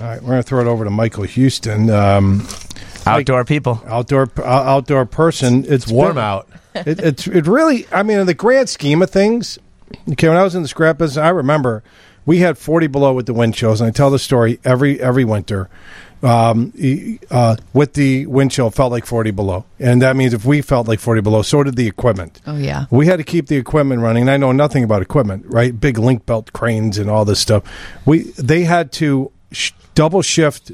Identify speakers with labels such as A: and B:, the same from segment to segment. A: All right, we're going to throw it over to Michael Houston, um,
B: Outdoor people.
A: outdoor uh, outdoor person. It's
C: warm
A: been-
C: out.
A: it, it's it really. I mean, in the grand scheme of things, okay. When I was in the scrap business, I remember we had forty below with the wind chills, and I tell the story every every winter. Um, e- uh, with the wind chill, felt like forty below, and that means if we felt like forty below, so did the equipment.
D: Oh, yeah.
A: We had to keep the equipment running, and I know nothing about equipment, right? Big link belt cranes and all this stuff. We they had to sh- double shift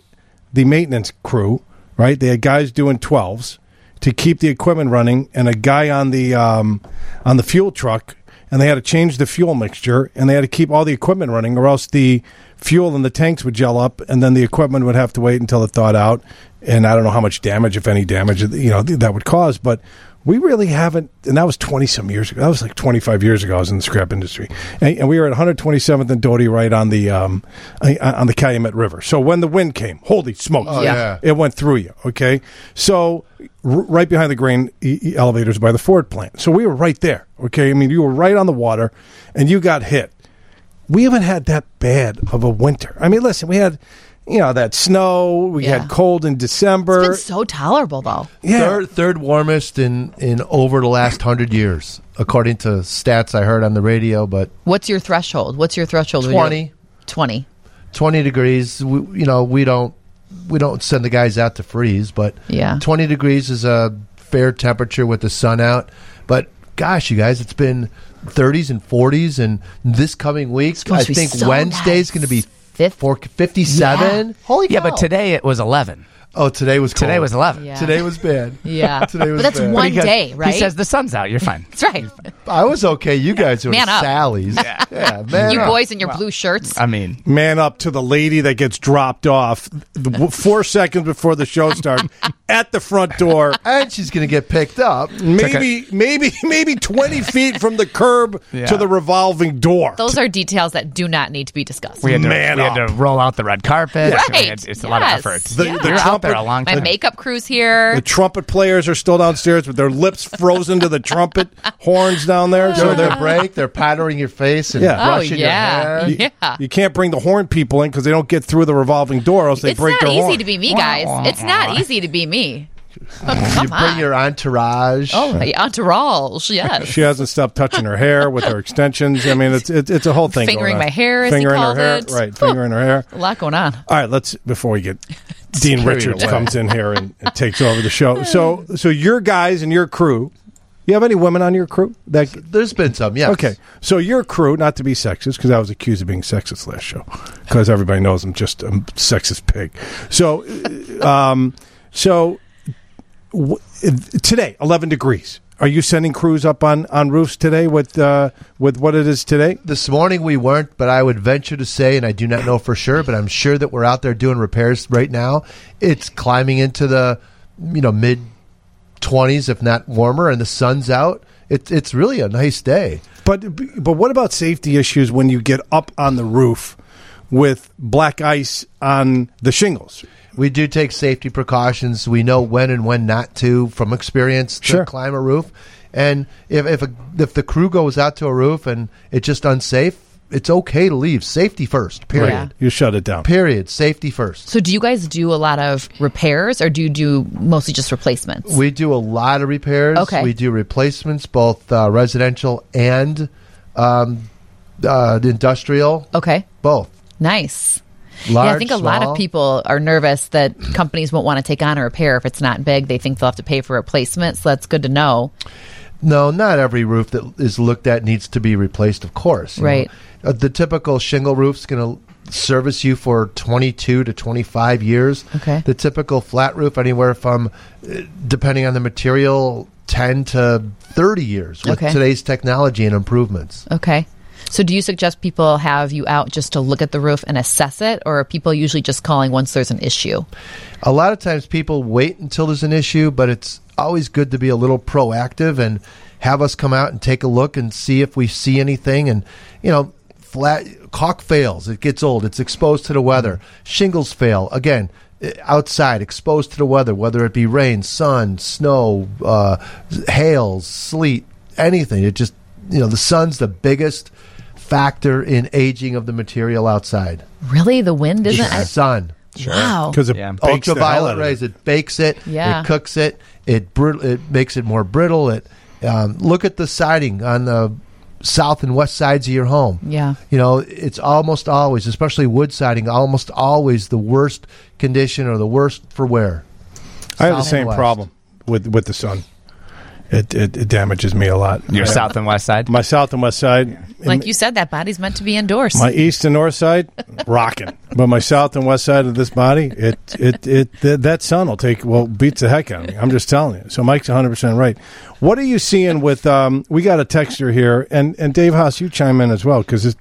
A: the maintenance crew, right? They had guys doing twelves to keep the equipment running, and a guy on the um, on the fuel truck, and they had to change the fuel mixture, and they had to keep all the equipment running, or else the fuel in the tanks would gel up, and then the equipment would have to wait until it thawed out. And I don't know how much damage, if any damage, you know that would cause, but we really haven't and that was 20 some years ago that was like 25 years ago i was in the scrap industry and, and we were at 127th and doty right on the um, I- on the calumet river so when the wind came holy smokes
C: Oh, Yeah. yeah.
A: it went through you okay so r- right behind the grain e- e- elevators by the ford plant so we were right there okay i mean you were right on the water and you got hit we haven't had that bad of a winter i mean listen we had you know that snow we
D: Yeah.
A: had cold in december
D: It's been so tolerable, though.
A: yeah
C: Third, third warmest in, in over the last hundred years, according to stats I heard on the radio. But
D: What's your threshold? What's your threshold? when you're-
C: 20.
D: 20.
C: 20 degrees, we, you know, we don't we don't send the guys out to freeze, but
D: Yeah.
C: 20 degrees is a fair temperature with the sun out. But gosh, you guys, it's been 30s and 40s, and this coming week,
D: supposed
C: I
D: to be
C: think
D: so
C: Wednesday's
D: nice.
C: going to be
D: Fif-
C: four- 57.
D: Yeah. Holy
B: Yeah,
D: cow.
B: but today it was 11.
C: Oh, today was
B: Today
C: cold.
B: was 11.
D: Yeah.
C: Today was bad.
D: Yeah.
C: Today was
D: but that's
C: bad.
D: one
B: Because
D: day, right?
B: He says the sun's out. You're fine.
D: that's right.
C: I was okay. You guys were
D: Man up.
C: Sally's. Yeah, man.
D: You
C: up.
D: boys in your blue shirts.
B: I mean,
A: man up to the lady that gets dropped off the, w- four seconds before the show starts at the front door.
C: And she's going to get picked up.
A: Maybe, maybe, maybe twenty feet from the curb
B: Yeah.
A: to the revolving door.
D: Those are details that do not need to be discussed.
B: we had, to,
A: Man
B: we had
A: up.
B: to roll out the red carpet.
D: Right.
B: We had- it's a lot of
D: Yes.
B: effort.
D: The-
A: the
B: You're out there
A: trumpet-
B: a long
D: My
B: time.
D: makeup crew's here.
A: the trumpet players are still downstairs with their lips frozen to the trumpet horns down there. So
C: During
A: they're
C: their break, they're powdering your face and
A: Yeah. Oh,
D: oh,
C: brushing your
D: yeah.
C: hair.
D: Yeah.
A: you can't bring the horn people in because they don't get through the revolving door, or else they
D: it's
A: break
D: not
A: their
D: easy
A: horn.
D: to be me, guys. It's not easy to be me.
C: You bring your entourage.
D: Oh, the entourage, yes.
A: She hasn't stopped touching her hair with her extensions. I mean, it's it's, it's a whole thing. going
D: Fingering
A: on.
D: my hair, as he
A: fingering
D: called
A: her hair,
D: it.
A: right? Fingering her hair.
D: A lot going on.
A: All right, let's before we get Dean
C: carry it
A: Richards
C: away.
A: comes in here and, and takes over the show. So, so your guys and your crew, you have any women on your crew? That
C: There's been some, yes.
A: okay? So your crew, not to be sexist, because I was accused of being sexist last show, because everybody knows I'm just a sexist pig. So, um, so w- today, 11 degrees. Are you sending crews up on, on roofs today with uh, with what it is today?
C: This morning we weren't, but I would venture to say, and I do not know for sure, but I'm sure that we're out there doing repairs right now. It's climbing into the you know mid 20s, if not warmer, and the sun's out. It's it's really a nice day.
A: But but what about safety issues when you get up on the roof with black ice on the shingles?
C: We do take safety precautions. We know when and when not to from experience to
A: Sure.
C: climb a roof. And if if, a, if the crew goes out to a roof and it's just unsafe, it's okay to leave. Safety first. Period.
D: Yeah.
A: You shut it down.
C: Period. Safety first.
D: So, do you guys do a lot of repairs or do you do mostly just replacements?
C: We do a lot of repairs.
D: Okay.
C: We do replacements, both uh, residential and um, uh, industrial.
D: okay,
C: Both.
D: nice.
C: Large,
D: Oh. yeah, I think a lot
C: small.
D: of people are nervous that companies won't want to take on a repair if it's not big. They think they'll have to pay for replacement. So, that's good to know.
C: No, not every roof that is looked at needs to be replaced, of course. you
D: Right.
C: know. Uh, the typical shingle roof's going to service you for 22 to 25 years.
D: Okay.
C: The typical flat roof, anywhere from, uh, depending on the material, 10 to 30 years with
D: Okay.
C: today's technology and improvements.
D: Okay. So, do you suggest people have you out just to look at the roof and assess it, or are people usually just calling once there's an issue?
C: a lot of times people wait until there's an issue, but it's always good to be a little proactive and have us come out and take a look and see if we see anything. And you know, flat caulk fails; it gets old. It's exposed to the weather. Shingles fail again. eh, Outside, exposed to the weather, whether it be rain, sun, snow, uh, hail, sleet, anything. It just, you know, the sun's the biggest factor in aging of the material outside.
D: Really, the wind isn't.
C: The sun.
D: Wow.
A: because it
B: Yeah.
A: bakes the hell out
C: ultraviolet
A: of it.
C: rays. It bakes it.
D: Yeah.
C: It cooks it. It brit- It makes it more brittle. It um, look at the siding on the south and west sides of your home.
D: Yeah.
C: You know, it's almost always, especially wood siding, almost always the worst condition or the worst for wear.
A: I have the
C: South
A: same
C: west.
A: problem with with the sun. It it, it damages me a lot.
B: Your
A: Yeah.
B: south and west side.
A: my south and west side,
D: Like you said, that body's meant to be indoors.
A: my east and north side, rocking. But my south and west side of this body, it it it th- that sun will take well beats the heck out of me. I'm just telling you. So Mike's 100 percent right. What are you seeing with? Um, we got a texture here, and and Dave Haas, you chime in as well because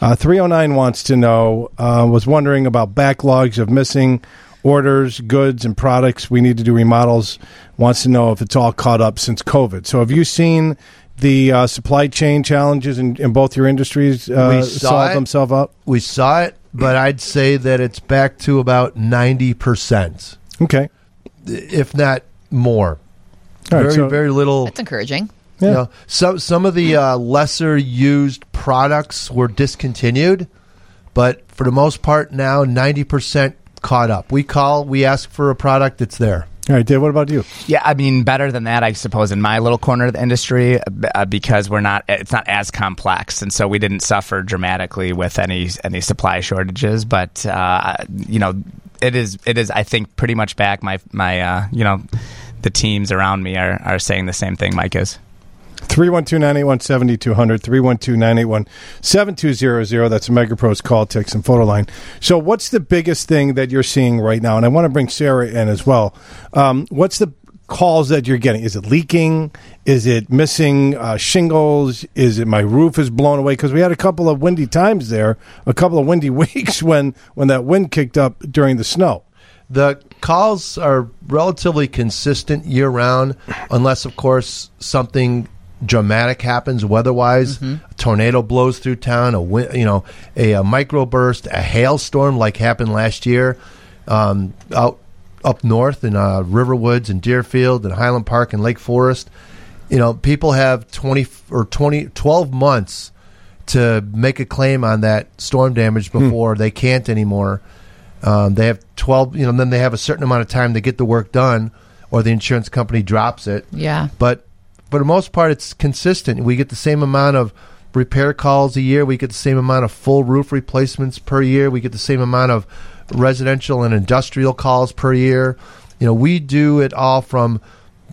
A: uh, 309 wants to know. Uh, was wondering about backlogs of missing orders, goods, and products. We need to do remodels. Wants to know if it's all caught up since COVID. So have you seen? The uh, supply chain challenges in, in both your industries uh,
C: We saw
A: solve
C: it.
A: themselves up.
C: We saw it, but I'd say that it's back to about ninety percent,
A: Okay.
C: if not more.
A: All right,
C: very,
A: so-
C: very little.
D: That's encouraging.
A: Yeah.
C: You know, some some of the uh, lesser used products were discontinued, but for the most part now ninety percent caught up. We call, we ask for a product, it's there.
A: All right, Dave, what about you?
B: Yeah, I mean, better than that, I suppose, in my little corner of the industry, uh, b- uh, because we're not, it's not as complex, and so we didn't suffer dramatically with any any supply shortages. But uh, you know, it is it is I think pretty much back. My my uh, you know, the teams around me are are saying the same thing. Mike is.
A: 312 981 7200, 312 981 7200. That's a Megapro's call, text, and photo line. So, what's the biggest thing that you're seeing right now? And I want to bring Sarah in as well. Um, what's the calls that you're getting? Is it leaking? Is it missing uh, shingles? Is it my roof is blown away? Because we had a couple of windy times there, a couple of windy weeks when, when that wind kicked up during the snow.
C: The calls are relatively consistent year round, unless, of course, something dramatic happens weather-wise. A tornado blows through town, a win- you know, a, a microburst, a hailstorm like happened last year um, out up north in uh, Riverwoods and Deerfield and Highland Park and Lake Forest. You know, people have twenty or 20, 12 months to make a claim on that storm damage before they can't anymore. Um, they have 12, you know, and then they have a certain amount of time to get the work done or the insurance company drops it.
D: Yeah.
C: But for the most part, it's consistent. We get the same amount of repair calls a year. We get the same amount of full roof replacements per year. We get the same amount of residential and industrial calls per year. You know, we do it all from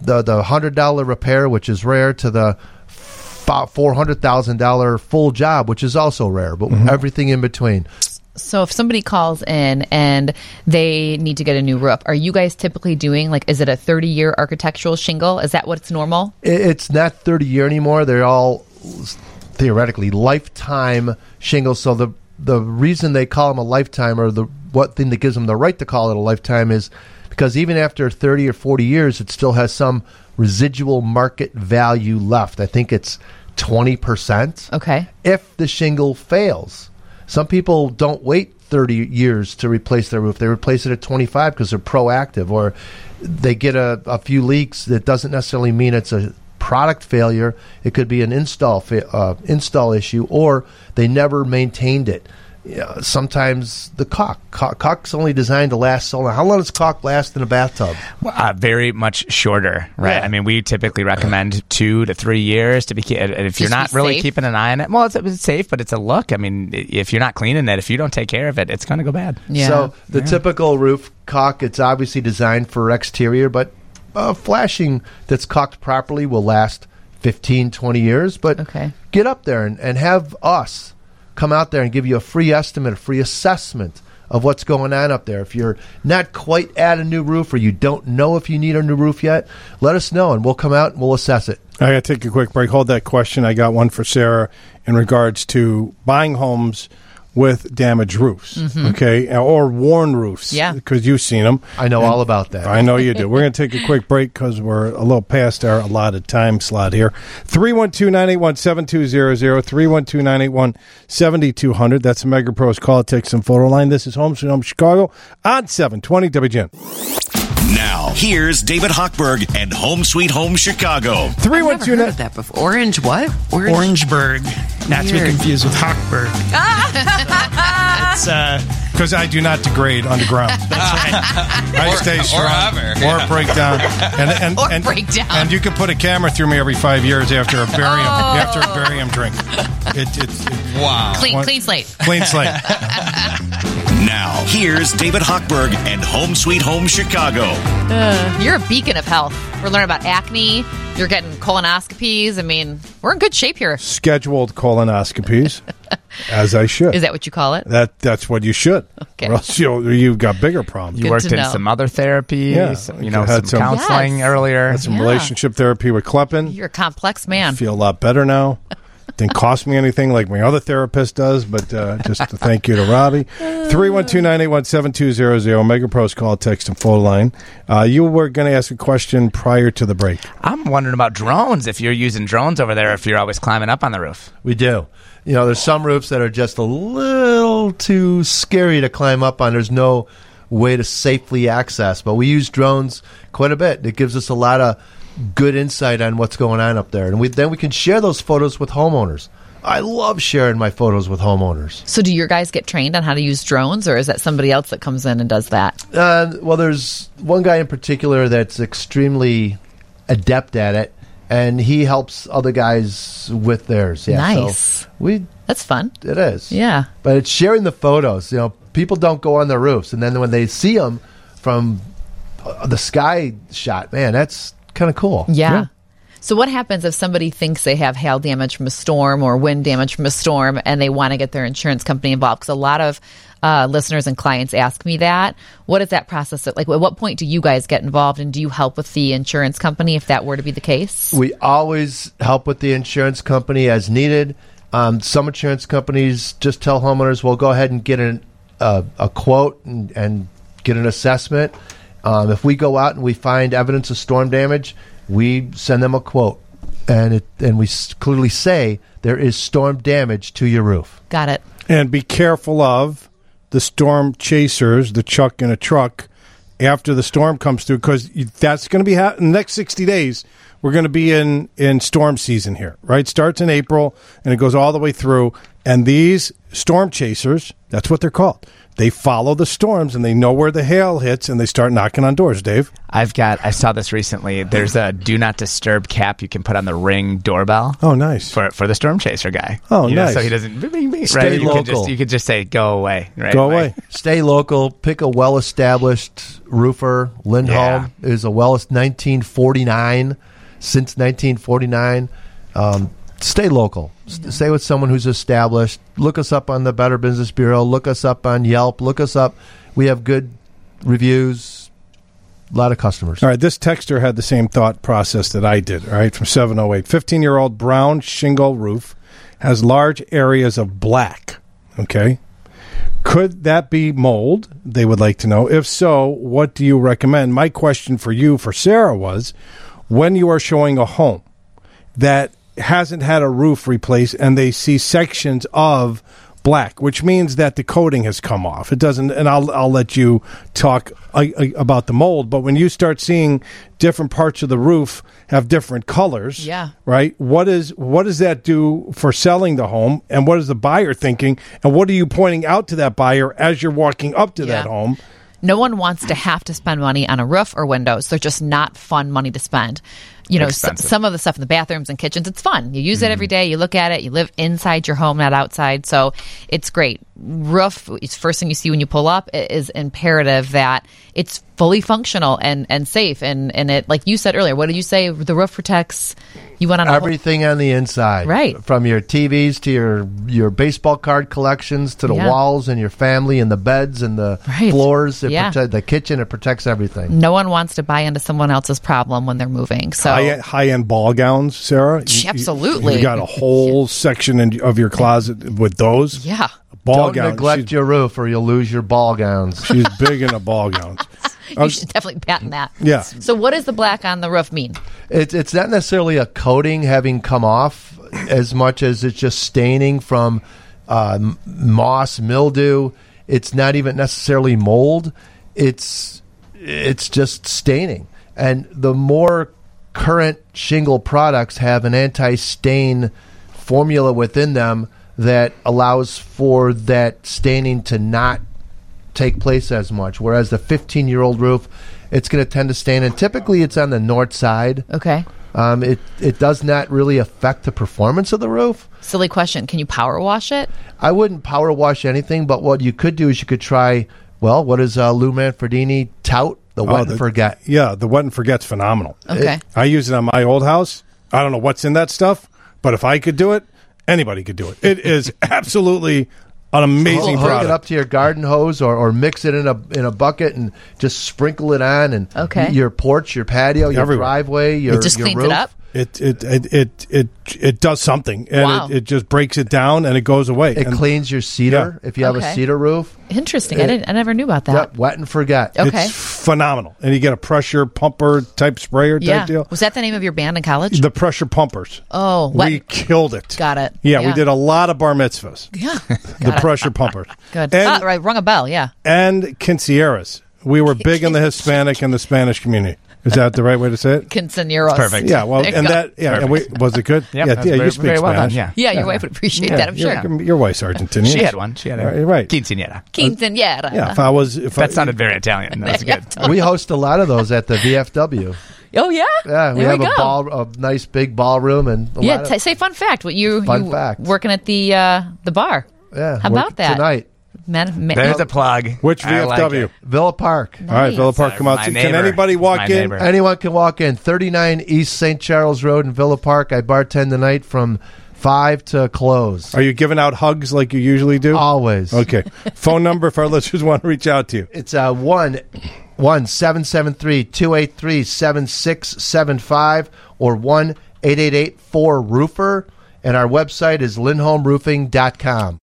C: the, the $100 repair, which is rare, to the four hundred thousand dollar full job, which is also rare, but everything in between.
D: So if somebody calls in and they need to get a new roof, are you guys typically doing like is it a 30-year architectural shingle? Is that what's normal?
C: I- It's not thirty year anymore. They're all theoretically lifetime shingles. So the the reason they call them a lifetime, or the what thing that gives them the right to call it a lifetime, is because even after thirty or forty years, it still has some residual market value left. I think it's twenty percent.
D: Okay.
C: if the shingle fails. Some people don't wait 30 years to replace their roof. They replace it at 25 because they're proactive or they get a, a few leaks that doesn't necessarily mean it's a product failure. It could be an install fa- uh, install issue or they never maintained it. Yeah, sometimes the caulk. caulk. Caulk's only designed to last so long. How long does caulk last in a bathtub?
B: Uh, very much shorter, right?
C: Yeah.
B: I mean, we typically recommend two to three years to be. ke- and If you're
D: Just
B: not
D: be
B: really
D: safe.
B: keeping an eye on it, well, it's, it's safe, but it's a look. I mean, i- if you're not cleaning it, if you don't take care of it, it's going to go bad.
D: Yeah.
C: So the typical roof caulk, it's obviously designed for exterior, but uh, flashing that's caulked properly will last 15, 20 years. But
D: Okay.
C: get up there and, and have us come out there and give you a free estimate, a free assessment of what's going on up there. If you're not quite at a new roof or you don't know if you need a new roof yet, let us know and we'll come out and we'll assess it.
A: I got to take a quick break. Hold that question. I got one for Sarah in regards to buying homes with damaged roofs,
E: Mm-hmm.
A: okay, or worn roofs.
D: Yeah.
A: Because you've seen them.
C: I know all about that.
A: I know you do. We're going to take a quick break because we're a little past our allotted time slot here. 312 981 7200, 312 981 7200. That's the Mega Pros call, text, and photo line. This is Homes from Home Chicago on 720 WGN.
F: Now, here's David Hochberg and Home Sweet Home Chicago.
A: 312
E: Never heard of that before. Orange what? Orange.
G: Orangeburg, not to be
E: Weird.
G: confused with Hochberg. it's uh,
A: because I do not degrade underground. I stay
G: Or- or
A: strong
G: hover,
A: or
G: yeah.
A: break down. And, and,
D: Or
A: and,
D: break down.
A: And you can put a camera through me every five years after a barium
D: Oh.
A: after a barium drink. It, it's it,
G: Wow.
D: Clean,
A: One-
D: clean slate.
A: clean slate.
F: Now, here's David Hochberg and Home Sweet Home Chicago.
D: You're a beacon of health. We're learning about acne. You're getting colonoscopies. I mean, we're in good shape here.
A: scheduled colonoscopies, as I should.
D: Is that what you call it?
A: that that's what you should?
D: Okay.
A: Or else you'll, you've got bigger problems.
B: You
D: Good
B: worked
D: to
B: in
D: know.
B: some other therapy,
A: Yeah,
B: some,
A: we
B: you know, some,
A: had some-
B: counseling
D: Yes.
B: earlier.
A: Had some
D: Yeah.
A: relationship therapy with Kleppen.
D: You're a complex man.
A: feel a lot better now. Didn't cost me anything like my other therapist does, but uh, just a thank you to Robbie. 312 981 7200, Megapro's call, text, and phone line. Uh, you were going to ask a question prior to the break.
B: I'm wondering about drones. If you're using drones over there, if you're always climbing up on the roof,
C: We do. You know, there's some roofs that are just a little too scary to climb up on. There's no way to safely access, but we use drones quite a bit. It gives us a lot of good insight on what's going on up there, and we then we can share those photos with homeowners. I love sharing my photos with homeowners.
D: So, do your guys get trained on how to use drones, or is that somebody else that comes in and does that?
C: Uh, well, there's one guy in particular that's extremely adept at it, and he helps other guys with theirs. Yeah, so
D: Nice.
C: we
D: That's fun.
C: it is.
D: Yeah.
C: but it's sharing the photos. You know, people don't go on their roofs, and then when they see them from uh, the sky shot, man, that's kind of cool.
D: Yeah. So, what happens if somebody thinks they have hail damage from a storm or wind damage from a storm and they want to get their insurance company involved? Because a lot of uh, listeners and clients ask me that. What is that process? At? Like, at what point do you guys get involved and do you help with the insurance company if that were to be the case?
C: We always help with the insurance company as needed. Um, some insurance companies just tell homeowners, "Well, go ahead and get an, uh, a quote and, and get an assessment." Um, if we go out and we find evidence of storm damage, we send them a quote, and it and we s- clearly say there is storm damage to your roof.
D: Got it.
A: And be careful of the storm chasers, the chuck in a truck, after the storm comes through, because that's going to be ha- in the next 60 days. We're going to be in, in storm season here, right? Starts in April and it goes all the way through. And these storm chasers, that's what they're called. They follow the storms and they know where the hail hits and they start knocking on doors, Dave.
B: I've got. I saw this recently. There's a do not disturb cap you can put on the ring doorbell.
A: Oh, nice.
B: For, for the storm chaser guy.
A: Oh,
B: You know,
A: nice.
B: So he doesn't. Bing, bing, bing,
C: Stay
B: right? You
C: local.
B: could just you could just say go away. Right
A: Go away.
C: Stay local. Pick a well-established roofer. Lindholm is a well 1949 since 1949. Um, stay local. S- Stay with someone who's established. Look us up on the Better Business Bureau. Look us up on Yelp. Look us up. We have good reviews. A lot of customers.
A: All right, this texter had the same thought process that I did, all right, from 708. 15 year old brown shingle roof has large areas of black, okay? Could that be mold? They would like to know. If so, what do you recommend? My question for you, for Sarah, was when you are showing a home that hasn't had a roof replaced and they see sections of black, which means that the coating has come off. It doesn't, and I'll, I'll let you talk I, I, about the mold, but when you start seeing different parts of the roof have different colors,
D: Yeah.
A: right? What is what does that do for selling the home, and what is the buyer thinking, and what are you pointing out to that buyer as you're walking up to that
D: Yeah.
A: home?
D: No one wants to have to spend money on a roof or windows. They're just not fun money to spend. You know, some,
B: Expensive.
D: some of the stuff in the bathrooms and kitchens, it's fun. You use it every day. You look at it. You live inside your home, not outside. So it's great. Roof is first thing you see when you pull up. It is imperative that it's fully functional and, and safe. And, and it, like you said earlier, what did you say? The roof protects. You went on a whole-
C: Everything on the inside,
D: Right.
C: From your TVs to your your baseball card collections to the
D: Yeah.
C: walls and your family and the beds and the
D: Right.
C: floors. It
D: Yeah.
C: protect, the kitchen. It protects everything.
D: no one wants to buy into someone else's problem when they're moving. So
A: High e, high end ball gowns, Sarah. You- you-
D: Oh. Absolutely.
A: you got a whole section in, of your closet with those.
D: yeah,
A: ball
C: Don't
A: gowns.
C: neglect
A: She's-
C: your roof, or you'll lose your ball gowns.
A: She's big into ball gowns.
D: you should definitely patent that.
A: Yeah.
D: So what does the black on the roof mean?
C: It's it's not necessarily a coating having come off as much as it's just staining from uh, m- moss mildew. It's not even necessarily mold. It's it's just staining, and the more current shingle products have an anti-stain formula within them that allows for that staining to not take place as much. Whereas the 15 year old roof, it's going to tend to stand, and typically it's on the north side.
D: Okay.
C: Um, it it does not really affect the performance of the roof.
D: Silly question. Can you power wash it?
C: I wouldn't power wash anything, but what you could do is you could try. Well, what does uh, Lou Manfredini tout the wet and
A: Oh, the-
C: forget?
A: Yeah, the wet and forget's phenomenal.
D: Okay.
A: I use it on my old house. I don't know what's in that stuff, but if I could do it, anybody could do it. It is absolutely an amazing
C: Hook
A: product.
C: it up to your garden hose, or, or mix it in a in a bucket and just sprinkle it on and
D: Okay.
C: your porch, your patio, your
A: Everywhere.
C: driveway, your
D: It just
C: your
D: cleans
C: roof.
D: it up.
A: It it it it it, it does something, and
D: Wow.
A: it, it just breaks it down, and it goes away.
C: It
A: and
C: cleans your cedar if you have
D: Okay.
C: a cedar roof.
D: Interesting. I didn't. I never knew about that.
C: Yep, wet and forget.
D: Okay.
A: It's phenomenal, and you get a pressure pumper type sprayer type
D: Yeah.
A: deal.
D: Was that the name of your band in college?
A: The pressure pumpers.
D: Oh,
A: we
D: wet-
A: killed it.
D: Got it.
A: Yeah, we
D: Yeah.
A: did a lot of bar mitzvahs.
D: yeah.
A: the pressure pumpers.
D: Good.
A: And,
D: Ah, right. Rung a bell. Yeah.
A: and quinceañeras. We were big in the Hispanic and the Spanish community. Is that the right way to say it?
D: Quinceañeros.
B: Perfect.
A: Yeah, well,
D: There you
A: and
D: go.
A: that yeah, and we, was it good?
B: Yep,
A: yeah,
B: that's
A: yeah,
B: very-
A: you speak
B: very well done,
A: Spanish.
B: yeah.
D: Yeah, your wife would appreciate that. I'm sure.
A: your, Your wife's Argentinian.
B: She had one. She had a
A: Right, right.
B: quinceañera.
D: Quinceañera.
A: Yeah, if I was, if I,
B: That sounded very Italian. That was good.
C: we host a lot of those at the VFW.
D: Oh yeah.
C: Yeah, we
D: there
C: have
D: we
C: a
D: go.
C: ball, a nice big ballroom, and a
D: yeah.
C: lot of-
D: T- say fun fact. What you
C: Fun
D: you
C: fact.
D: working at the uh, the bar?
C: yeah.
D: How
C: we're-
D: about that
C: tonight?
D: Man, man,
B: There's a plug.
A: Which
B: I like
A: VFW?
B: it.
C: Villa Park.
A: All right, Villa Park,
B: Uh,
A: come out.
B: my
A: Can
B: neighbor.
A: anybody walk
B: My
A: in?
B: neighbor.
C: Anyone can walk in. 39 East St. Charles Road in Villa Park. I bartend tonight from 5 to close.
A: Are you giving out hugs like you usually do?
C: Always.
A: Okay. Phone number if our listeners want to reach out to you.
C: It's uh, 1 1 773 283 7675 or 1 888 4 Roofer. And our website is lindholmroofing.com.